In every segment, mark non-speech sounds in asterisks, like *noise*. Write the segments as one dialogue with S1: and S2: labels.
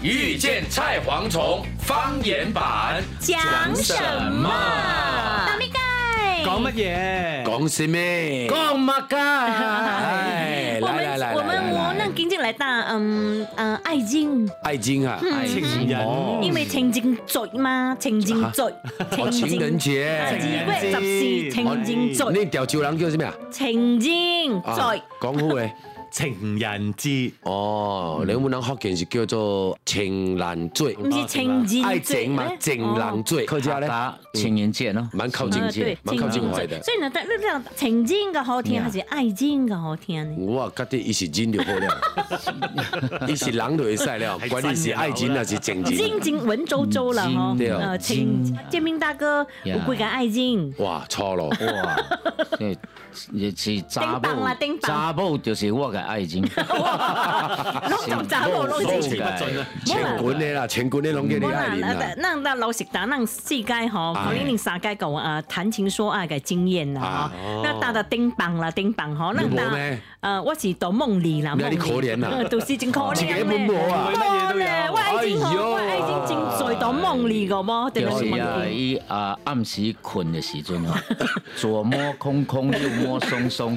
S1: 遇见菜蝗虫方言 *laughs* 版，
S2: 讲什么？大咪盖，
S3: 讲乜嘢？
S1: 恭喜妹，
S3: 讲乜噶？
S1: 哎，
S2: 我
S1: 来来
S2: 们
S1: 来
S2: 我们我
S1: 来
S2: 们
S1: 来，
S2: 赶紧来打嗯嗯爱情，
S1: 爱情啊，
S2: 嗯
S1: 爱情
S3: 情人
S1: 哦
S2: 因为情人节嘛，情人节，
S1: 哦情人节，哦
S2: 二月十四情人节，
S1: 你潮州人叫什么啊？
S2: 情人
S1: 啊
S2: 节，
S1: 讲好嘅。
S3: 情人節
S1: 哦，你有冇人福建是叫做情人醉？
S2: 不是情
S1: 啊爱
S2: 人节
S1: 情嘛，情人醉，客家咧
S4: 打情人节咯，
S1: 蛮靠近
S2: 呃，
S1: 嘅
S2: 哦对，，
S1: 蛮靠近
S2: 情
S1: 怀
S2: 人
S1: 的
S2: 节。所以呢，但你讲情人嘅好
S1: 啊
S2: 听还是爱情嘅好听呢？
S1: 我啊，觉得伊是人就好 *laughs* 了，伊是人就会使了，管你是爱情还是情
S2: 情
S1: 人。
S2: 人文绉绉了吼
S1: 嗯对，哦
S2: 呃，情建明大哥有
S4: 呀
S2: 几个爱情？
S1: 哇，错咯！
S4: 哇，即係是查
S2: 叮噹啦
S4: 某
S2: 叮噹，
S4: 查某就是我嘅愛情，
S2: 拢同查某拢
S1: 所
S2: 是
S1: 以
S3: 情不盡啊！
S1: 全滚的啦，全滚的拢叫你
S2: 我
S1: 爱
S2: 啦，
S1: 人
S2: 那
S1: 啦。
S2: 那那老实讲，那世界吼，
S1: 哎
S2: 可能你三界讲啊谈情说爱嘅经验啦
S1: 啊
S2: 吼，那打到叮当啦叮当吼，那
S1: 你冇
S2: 打
S1: 咩
S2: 呃我是到梦里啦，
S1: 你有
S2: 夢
S1: 啲
S2: 裡
S1: 可憐啊
S2: 呃就是真可
S1: 自己
S2: 憐咧
S1: 本冇。啊，
S3: 乜嘢
S2: 多
S3: 都
S2: 咧，
S3: 有
S2: 我。愛情
S1: 哎呦哎
S2: 好，我愛情真在到梦里個麼？對
S4: 就
S2: 唔
S4: 是啊，
S2: 對？
S4: 伊啊暗時困嘅時陣啊，左摸空空，右摸鬆鬆，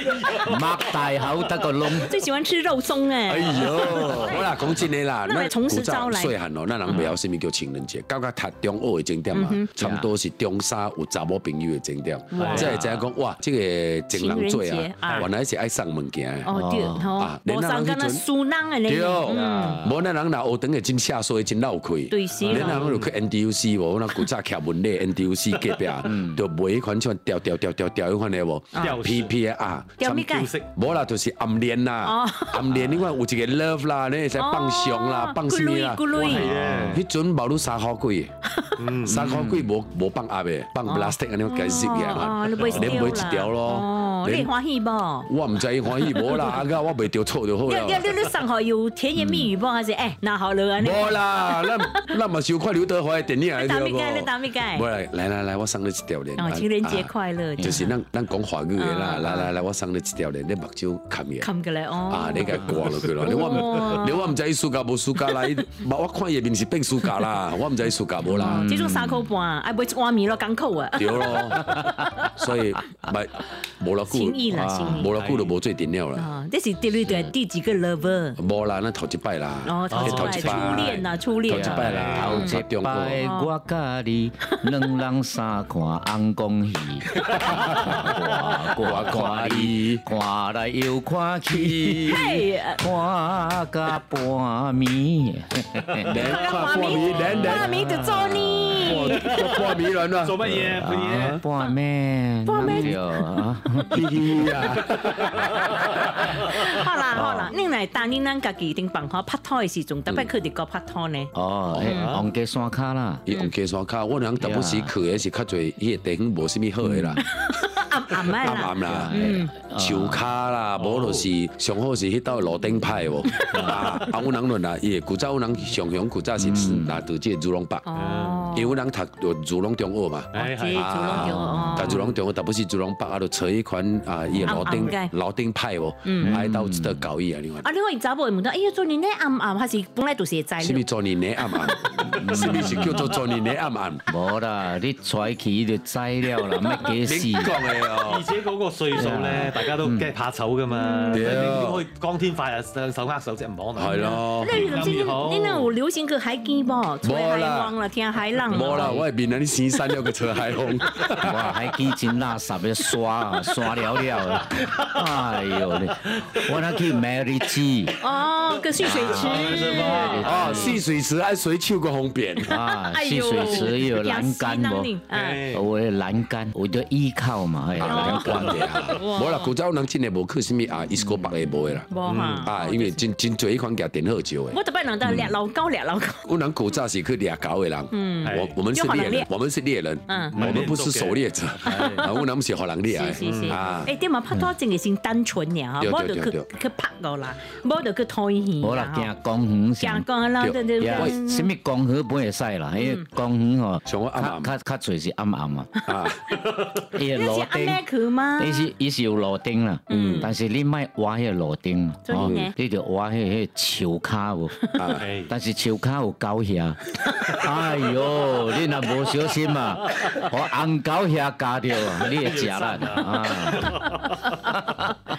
S4: 擘大口得個窿。
S2: 最喜歡吃肉鬆
S1: 哎
S2: 誒，
S1: 呦， *laughs* 好啦，講真的啦，
S2: 那咪從
S1: 古
S2: 實招
S1: 早
S2: 來
S1: 細漢哦，咱人袂
S2: 嗯
S1: 曉什物叫情人節，到甲讀中學的景點啊，差唔多是中三有查某朋友的景點，即係知影講哇，即個情人
S2: 嗯情
S1: 節
S2: 人節
S1: 啊，
S2: 啊
S1: 原來是愛送物件的。
S2: 哦對，
S1: 啊
S2: 吼，
S1: 你
S2: 無
S1: 那
S2: 相
S1: 人
S2: 干那
S1: 去
S2: 輸人嘅
S1: 對，
S2: 咧，
S1: 無咱人若學堂會真下所以真鬧開。
S2: 對是
S1: 咱
S2: 啦
S1: 人就去 NDUC 喎，咱古早徛
S2: *laughs*
S1: 文禮 NDUC 隔壁啊，就買迄款像吊吊吊吊吊迄款的無
S3: 吊
S1: ，P P 啊，
S2: 吊咩
S3: 調色
S1: 無啦，就是暗戀啦
S2: 哦，
S1: 暗戀另外有一個 love 啦，你會使放相啦，放什麼啦
S2: 咕？嚕咕嚕
S1: 迄陣無你三箍幾，三箍幾無無放鴨的，放 plastic 安尼解釋嘅
S2: 哦
S1: 嘛，
S2: 哦你買
S1: 你買一
S2: 啦
S1: 條咯
S2: 哦，，你歡喜不？
S1: 我唔知伊歡
S2: *laughs*
S1: 喜無啦，啊個我袂着錯就好
S2: 要要
S1: 啦。
S2: 六六上好有甜言蜜语不？还是哎，那好了啊，
S1: 无啦，咱咱嘛是有看刘德华的电影来
S2: 你打
S1: 对
S2: 咩盖？你打
S1: 无？
S2: 咩盖
S1: 无？来来来来，我送你一条链。
S2: 哦，情人节
S1: 乐！
S2: 快乐！
S1: 就是咱咱讲华语的啦，
S2: 嗯
S1: 来来来，我送你一条链，你目睭看嘅。
S2: 冚嘅咧哦。
S1: 啊！你个挂落去咯，你我
S2: 哇
S1: 唔你我唔知伊暑假無暑假啦，伊嘛我看伊的面是变暑假啦，我唔知伊暑假無啦，
S2: 这种三口半，哎，买一碗面咯，港口啊，
S1: 對咯，所以咪無偌
S2: 情意
S1: 久，
S2: 啦，
S4: 哇
S2: 情意。
S1: 無偌久就無做電影啦，
S2: 啊，这是第六对第几个 lover？
S1: 無啦，咱頭一擺啦，
S2: 哦，头一
S1: 那
S2: 拜初恋呐，初
S1: 頭
S2: 恋
S1: 一
S2: 啊。
S1: 擺啦，
S4: 頭
S1: 十
S4: 一
S1: 中國
S4: 擺我甲你，两人三看红公戏，我我看你，看来又看去，
S2: 哎，
S4: 看甲半暝。
S1: 連看
S2: 画
S1: 半暝，連
S2: 画
S1: 連
S2: 面就做你。
S1: 半暝人啦，
S3: 做乜嘢？潘
S4: 啊
S3: 爺，
S4: 半暝，半暝啊！
S1: 咦啊！
S2: 好啦好啦，恁来答应咱家己定办好拍拖的时阵，特别去哋个拍拖呢。
S4: 哦，嘿王家山卡啦，
S1: 伊用溪山卡，我人淡薄时去的是较侪，伊个地方无啥物好的啦，
S2: 暗暗啊
S1: 暗
S2: 啦，
S1: 暗啦，树卡啦，无就是上好是迄道路顶派哦。啊，啊，阮人论啦，伊的古早阮人上乡古早是拿到即个如龙北，
S3: 嗯
S2: 哦，
S1: 因为阮人读如龙中学嘛。啊
S3: 哎
S2: 这
S3: 係
S2: 做咯叫哦。嗯
S1: 但如龙中学淡薄时如龙北啊，就找迄款啊，伊的路顶路顶派哦，啊，迄道一道交易啊，另外。
S2: 啊，你可以查某会问到，哎呀，做你呢暗暗，还是本来就是会知
S1: 什
S2: 了
S1: 么做你呢暗暗？什么是叫做做你呢暗暗？
S4: 无啦，你出去就知了啦，乜
S1: 你
S4: 嘅事？
S1: 讲的哦
S3: *laughs* 而。且嗰個歲數
S1: 哎
S3: 咧，大家
S1: 嗯
S3: 都驚怕醜噶嘛，所以
S1: 對
S3: 你點可以光天化日手握手啫？唔可能。
S1: 系。咯，
S2: 那你今
S3: 暗好
S2: 你那有流行去海景不？吹海浪啦，听海浪
S1: 无啦，
S2: 啦。
S1: 我系面啊啲先生有个哦车海风，
S4: 哇，还见真垃圾嘅刷啊，刷了了啊！哎呦，你我那去 Mary G，
S3: 哎
S2: 哦，个蓄水池。
S1: 啊哦，戏水池爱水手个好方
S2: *laughs*
S1: 便。
S4: 啊，
S2: 哎
S4: 戏水池也有栏杆
S2: 有死？
S4: 不
S2: 人呢啊
S3: 哎
S4: 我有栏杆，我就依靠嘛，哎，栏杆
S1: 对啊，无啦，古早有人真的无去什么啊，伊斯哥别的无的啦。
S2: 啊无
S3: 嗯
S2: 嘛，
S1: 啊，因为真真侪迄款举电好招的。
S2: 我特别能
S4: 嗯
S2: 到掠老高掠
S4: *laughs*
S2: 老高，
S1: 我们古早是去掠狗的人，
S2: 嗯
S1: 我我们是
S2: 就给
S1: 猎
S2: 人
S1: 人
S2: 猎，
S1: 我们是哎猎人，
S2: 嗯
S1: 我们不是狩猎者， *laughs* 啊，我们是互人猎
S2: 是是是
S4: 嗯
S1: 的，啊，
S2: 诶，点嘛拍拖真係先單純嘅嚇，
S1: 對
S2: 冇
S1: 對
S2: 就
S1: 對
S2: 去
S1: 對
S2: 去拍我啦，冇就去拖戲
S4: 无啦，行公园
S2: 行
S4: 上。
S2: 過啦，
S1: 對
S2: 對對
S4: 呀，
S2: 對
S4: 什么公园不会使啦，因为公园吼，
S1: 像我暗暗
S4: 较较较侪是暗暗啊，
S1: 啊，
S4: 伊
S2: 你是啊
S4: 路
S2: 阿
S4: 灯，
S2: 咩佢嗎？
S4: 伊是伊是有路灯啦，但是你莫挖迄个路灯嘛，
S2: 做咩呢
S4: 你就挖迄迄树骹有，
S1: 啊
S3: 哎
S4: 但是树骹有
S1: *laughs*
S4: 狗遐，哎哟，你若无小心啊，
S1: *laughs*
S4: 互红狗遐咬着啊，你会食力啊。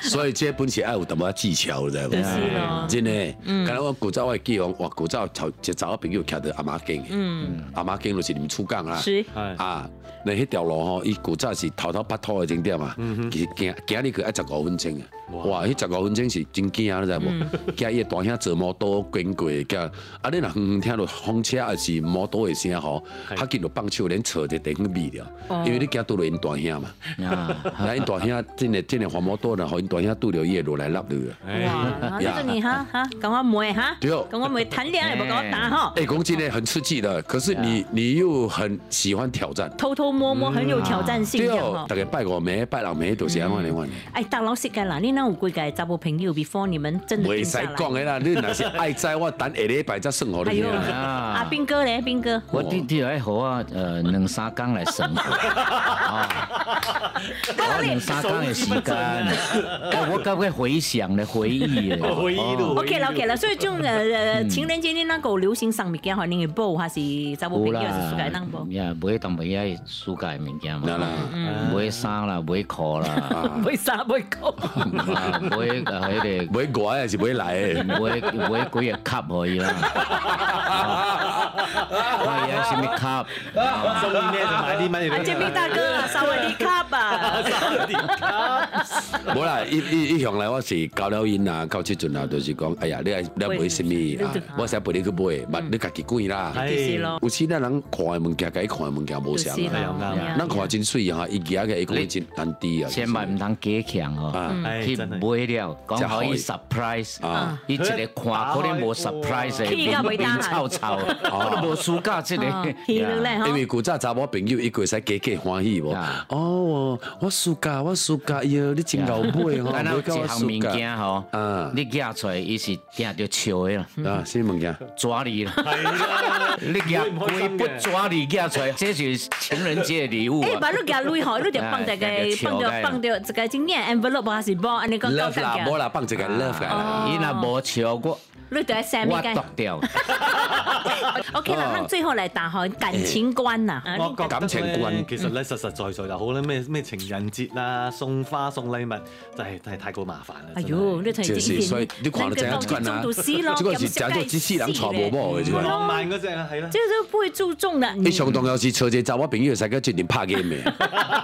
S1: 所以这本事要有淡薄仔技巧，你知道
S2: 就是
S1: 吗
S2: 咯？嗯
S1: 真的，敢若我古早我会记得我古早头一查某朋友徛在阿妈经的，
S2: 嗯，
S1: 阿妈经就是林厝港啦，
S2: 是
S3: 哎
S1: 啊，那迄条路吼，伊古早是头头八土的景点嘛，其实行行入去要十五分钟啊。哇，迄十五分钟是真惊，你知无？惊伊大兄坐摩托经过，惊啊！你若远远听到风车还是摩托的声吼，较紧就放手，连找一个地方避了，因为你惊拄着因大兄嘛。
S4: 啊，
S1: 那因大兄真的真的还摩托呢，互因大兄拄着伊会落来落去。啊
S2: 哇，呢
S1: 哎呀
S2: 陣你嚇嚇講我妹
S1: *laughs*
S2: 嚇，
S1: 對
S2: 講我妹談戀愛冇講打嗬，
S1: *laughs* 哎，讲真的很刺激的，可是你你又很喜欢挑战。
S2: 偷偷摸摸很有挑戰性
S1: 对
S2: 嘅
S1: 哦
S2: 嗬，
S1: 大。概拜五暝、拜六暝都是安尼安尼。
S2: 哎，但老實嘅啦，你那有幾個查甫朋友 before 你們真的
S1: 袂
S2: 定
S1: 使
S2: 下來？
S1: 讲的啦，你若是爱知，我等下礼拜再算互
S2: 哎
S1: 你
S2: 呦，
S1: 听啊。
S2: 阿斌哥咧，斌哥，
S4: 我弟弟来好啊，呃，两三工来生活。啊，我两三工的时间，我我感觉回想咧，回忆咧，
S3: 我回
S1: 哦
S3: 忆录
S2: OK 啦 OK 啦，所以就呃
S1: *laughs*
S2: 呃
S1: 嗯
S2: 情人節你那個流行上物件，可能係報還是查甫
S4: 有
S2: 朋友
S4: 啦
S2: 是屬於當報，？
S4: 呀，买当买爱暑假的物件
S1: 啦啦
S4: 嘛，，买衫啦，买裤啦，
S2: *laughs* 唔會三唔會講。
S4: 啊买啊迄个。
S1: 买外还是买来
S2: *laughs*
S1: 的？
S4: 买买几个 cup 可以啦，我有什么 cup？
S3: 中意咩就買啲乜嘢
S2: 啊，
S3: 俾
S2: 建
S3: 佢
S2: 斌大哥啊，稍微啲卡
S1: 哎
S2: 吧。啊
S1: 无啦，一一一向来我是交了因啊，到即阵啊，就是讲，哎呀，你爱你爱买什么啊
S2: 你就？嗯
S1: 我使陪你去买，嘛你家己管啦。
S2: 就是咯，
S1: 有时咱人看的物件，甲伊看的物件
S2: 就
S1: 无相
S2: 是
S1: 啊。
S2: 啦，
S3: 哎呀
S1: 咱看真水啊哈，伊行个伊讲真难低啊。
S4: 千万唔通加强哦。
S1: 啊
S3: 唉
S4: 去
S3: 哎真係
S4: 买了，
S1: 真
S4: 講可以
S1: 好
S4: surprise，
S1: 啊
S4: 伊一個看可能哦冇 surprise，
S2: 去到
S4: 面
S2: 袂
S4: 面
S2: 當
S4: 臭 *laughs* 臭，我都無暑假即
S1: *laughs*
S2: 啊
S4: 个。
S2: 氣力
S4: *laughs*
S2: 咧，嗬
S1: 因为。古早查某朋友，伊个会使加加欢喜无
S4: 啊？
S1: 哦，我暑假我暑假，哎哟，你真够买
S4: *laughs*
S1: 吼，
S4: 啊咱有
S1: 买
S4: 一
S1: 到我
S4: 項
S1: 暑
S4: 物
S1: 假
S4: 件吼
S1: 啊，
S4: 你寄出來伊是定着笑的啦， *laughs*
S1: 啊，什么物件？
S4: 抓你啦，
S3: 係啦，
S4: *laughs* 你寄
S3: 會唔開
S4: 規
S3: 心嘅
S4: 不抓你寄出來，這就是情人節的禮物
S2: 誒，
S4: 啊
S2: 哎把。你夾累嗬，你就
S1: *laughs*
S2: 放
S1: 哎
S2: 大嘅，放咗放咗自己整嘅 envelope 還是包，你講講
S1: 啊 love 啦，
S2: 緊
S1: 无
S2: 嘅，
S1: 啦，放一個 love
S4: 哎
S1: 啊
S2: 哦
S1: 啦。
S4: 伊若無笑我，
S2: 你就係 Sam
S4: 我剁
S2: 嘅。
S4: 掉。
S2: *laughs* OK 啦，咁最後嚟打開感情觀啦。啊
S3: 我覺得
S1: 感情觀
S3: 咧其實咧實實在在就好啦，咩咩情人節啦、送花送禮物，真係真係太過麻煩啦。
S2: 哎
S3: 真係
S2: 呦，你睇
S1: 哦就是所以你看到
S2: 你
S1: 怎樣
S2: 講
S1: 款
S2: 中
S1: 啊
S2: 毒死咯，
S1: 這個是假做機器人娶無某的這哎個
S3: 浪漫嗰只啊，係啦
S2: 即。哦係都不會注重啦。
S1: 你上當要是找一個查某朋友，使叫一年
S2: *laughs*
S1: 拍 game 的，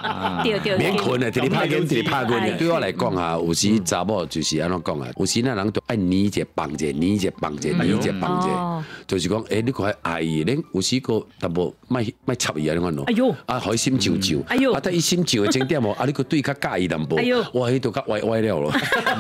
S2: 嗯掉掉
S1: 免困的，一日拍 game，一日拍 game
S2: 哎
S1: 的。對我來講啊，有時查某就是安怎講啊，有時咱人就愛捏一個放一個，捏一個放一個，捏一個放一個
S2: 哦，
S1: 就是講，誒，你看愛伊，恁有時個淡薄莫莫插伊安尼款咯
S2: 哎呦。
S1: 啊，海心照照，
S2: 哎呦
S1: 啊，但伊心照的正點哦，啊，你個對較介意淡薄
S2: 哎呦，
S1: 哇，迄度較歪
S2: *laughs*
S1: 歪了咯。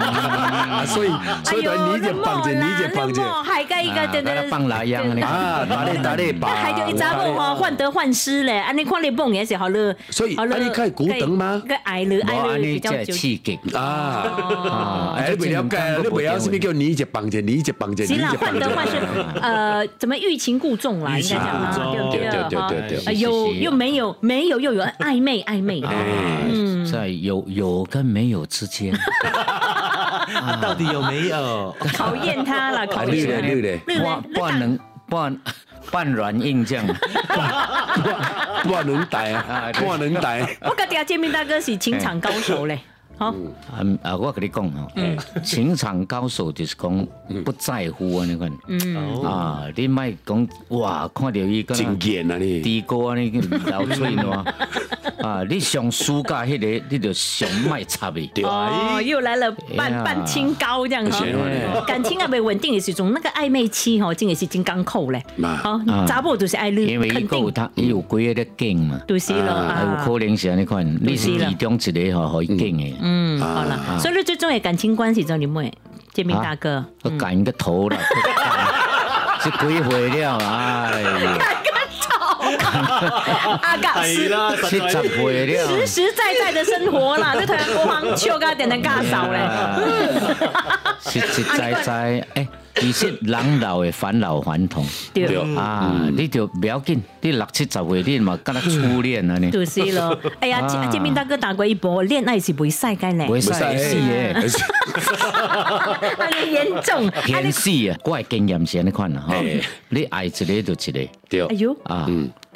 S1: 啊所以
S2: 哎
S1: 所以就捏一個放一個，捏一個放一個。
S2: 係嘅，依家
S4: 啊，
S2: 哎真
S4: 把它放哪樣呢？
S1: 啊，打咧打咧吧，
S2: 还有一查某吼患得患失咧，安尼看你蹦也是好了，
S1: 所以
S2: 好了
S1: 啊你看古董吗
S2: 个矮了
S4: 無
S2: 矮了
S4: 安尼
S2: 比较
S4: 才會
S2: 久。哦
S4: 刺激。
S1: 啊。
S4: 啊
S1: 哎，你不了解，你不了解什么叫你一只绑着，你一只绑着，你
S2: 是
S1: 一
S2: 啦，
S1: 只
S2: 患
S1: 绑
S2: 得患失
S1: 着。，
S2: 呃，怎么欲擒故纵啦？应该
S3: 欲擒
S2: 讲啊
S3: 故纵
S2: 对不
S1: 对对
S2: 哈
S1: 对对
S2: 哎
S1: 对，
S2: 有
S4: 是是
S2: 又没有，没有又有暧昧暧昧，
S1: 哎
S4: 啊，在有有跟没有之间，
S3: 啊到底有沒有？
S2: 考验他啦，
S1: 啊，
S2: 考
S1: 你嘞，
S2: 验他。
S1: 你嘞，
S2: 绿
S4: 半半能半 *laughs* 半软硬这样，
S1: 半能带啊，半能带。
S2: 我跟底下建明大哥是情场高手嘞，好，
S4: 啊啊！我跟你讲哦，情场高手就是讲不在乎啊，你看，啊，你莫讲哇，看到伊个
S1: 真贱啊你！
S4: 低歌啊，你流嘴暖，啊，你上暑假迄个，你就上卖插的。对
S2: 哦，又来了半
S4: 哎呀
S2: 半清高这样哈
S1: 是啊，
S2: 感情啊未稳定的时候，那个暧昧期吼，真的是金刚扣嘞
S1: 嘛。
S2: 好，查某就是爱你
S4: 因为伊
S2: 肯
S4: 个有
S2: 定，
S4: 他，伊有几个咧敬嘛，
S2: 就是了
S4: 啊，有
S2: 啊。
S4: 可能是安尼款，你是其中一个吼，互伊敬的，
S2: 嗯，好了，所以你最重要的感情关系就是你们建明大哥。
S4: 我干个头 *laughs* 啦，这几岁了，哎呀，
S2: 阿嘎
S3: 係
S2: 实
S3: 啦，實
S4: 七
S3: 在
S4: 十岁了，
S2: 实实在在的生活啦，这台湾国防秀噶点能尬少嘞。
S4: 实实在在，哎，其实人老的返老还童。
S2: 对
S1: 对，
S4: 啊，你就不要紧，你六七十岁你嘛，敢若初恋啊呢，
S2: 就是咯，哎呀，
S4: 啊
S2: 建建明大哥打过一波，恋爱是袂晒该嘞，
S4: 袂使哎
S1: 不
S4: 死
S1: 使
S4: 的，
S2: 啊，你严重，啊
S4: 偏
S2: 你，
S4: 死啊！我的经验是安尼款啦，吼
S1: 嘿，
S4: 你爱一个就一
S2: 哎
S1: 对，
S2: 呦，
S4: 个啊，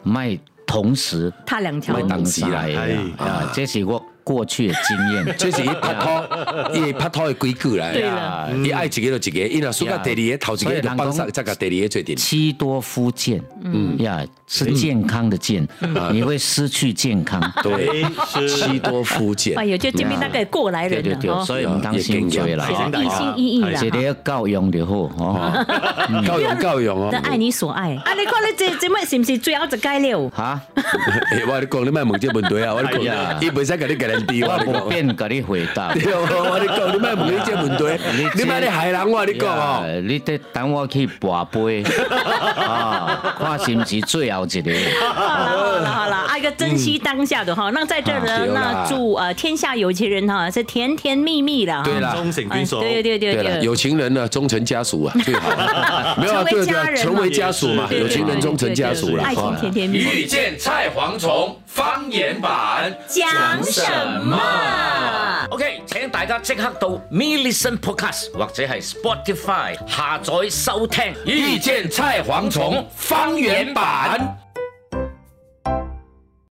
S4: 卖同时
S2: 踏两条
S4: 卖
S2: 路，
S4: 同时来
S3: 哎
S4: 啊，这是我过去的经 *laughs* 验。
S1: 这是伊拍拖，伊拍拖的规矩来
S2: 对
S1: 的
S2: 啦。
S1: 伊爱一个就一个，伊若输到第二个头一
S4: 所
S1: 个
S4: 以人
S1: 就
S4: 讲
S1: 放上，再甲第二个做阵。
S4: 七多夫健，嗯呀，是健康的健，啊你会失去健康。
S1: 对，
S3: 哎是
S1: 西多福建
S2: 哎，呦，就建明大哥也过来
S4: 对
S2: 人
S4: 对
S2: 了
S4: 对，
S2: 哦，
S4: 所以唔当心追啦，
S2: 也
S4: 吼
S2: 是一心一意啦。哦
S4: 一个教养就好，哦吼
S1: 教育教育哦
S2: 的。爱你所爱，啊！你看你这这麦是不是最后一届了？
S4: 哈。
S1: 哎我跟你讲，你莫问这问题啊！我跟你
S4: 哎呀
S1: 讲，伊袂使甲你 guarantee 我
S4: 我
S1: 跟你
S4: 不
S1: 讲。
S4: 便甲你回答。
S1: 对，我跟你讲，你莫问你这问
S4: 你
S1: 题，
S4: 这
S1: 你莫咧害人，我跟你讲哦。
S4: 呀你得等我去跋杯啊，看是不是最后一个。
S2: 好啦好啦好啦，啊，一个珍惜当下的哈。那在这儿
S1: 啊
S2: 呢，
S1: 对啦
S2: 那祝呃天下有情人哈是甜甜蜜蜜的哈。
S1: 对啦
S3: 忠誠
S2: 哎
S3: 捐數，
S2: 对对对
S1: 对了，
S2: 对，
S1: 有情人呢，终成家属啊，最好
S2: *laughs*
S1: 啊。没有啊，
S2: 成为
S1: 对
S2: 家人
S1: 对，
S2: 嘛
S1: 成为家属嘛，
S2: 对对
S1: 有情人终成家
S2: 对
S1: 属
S2: 对
S1: 啦。
S2: 爱
S1: 哈
S2: 情甜甜蜜蜜。
S1: 遇见菜蝗虫方言版。
S2: 讲什么？
S5: OK，請大家即刻到 Me Listen Podcast 或者係 Spotify 下載收聽。
S1: 遇见菜蝗虫方言版。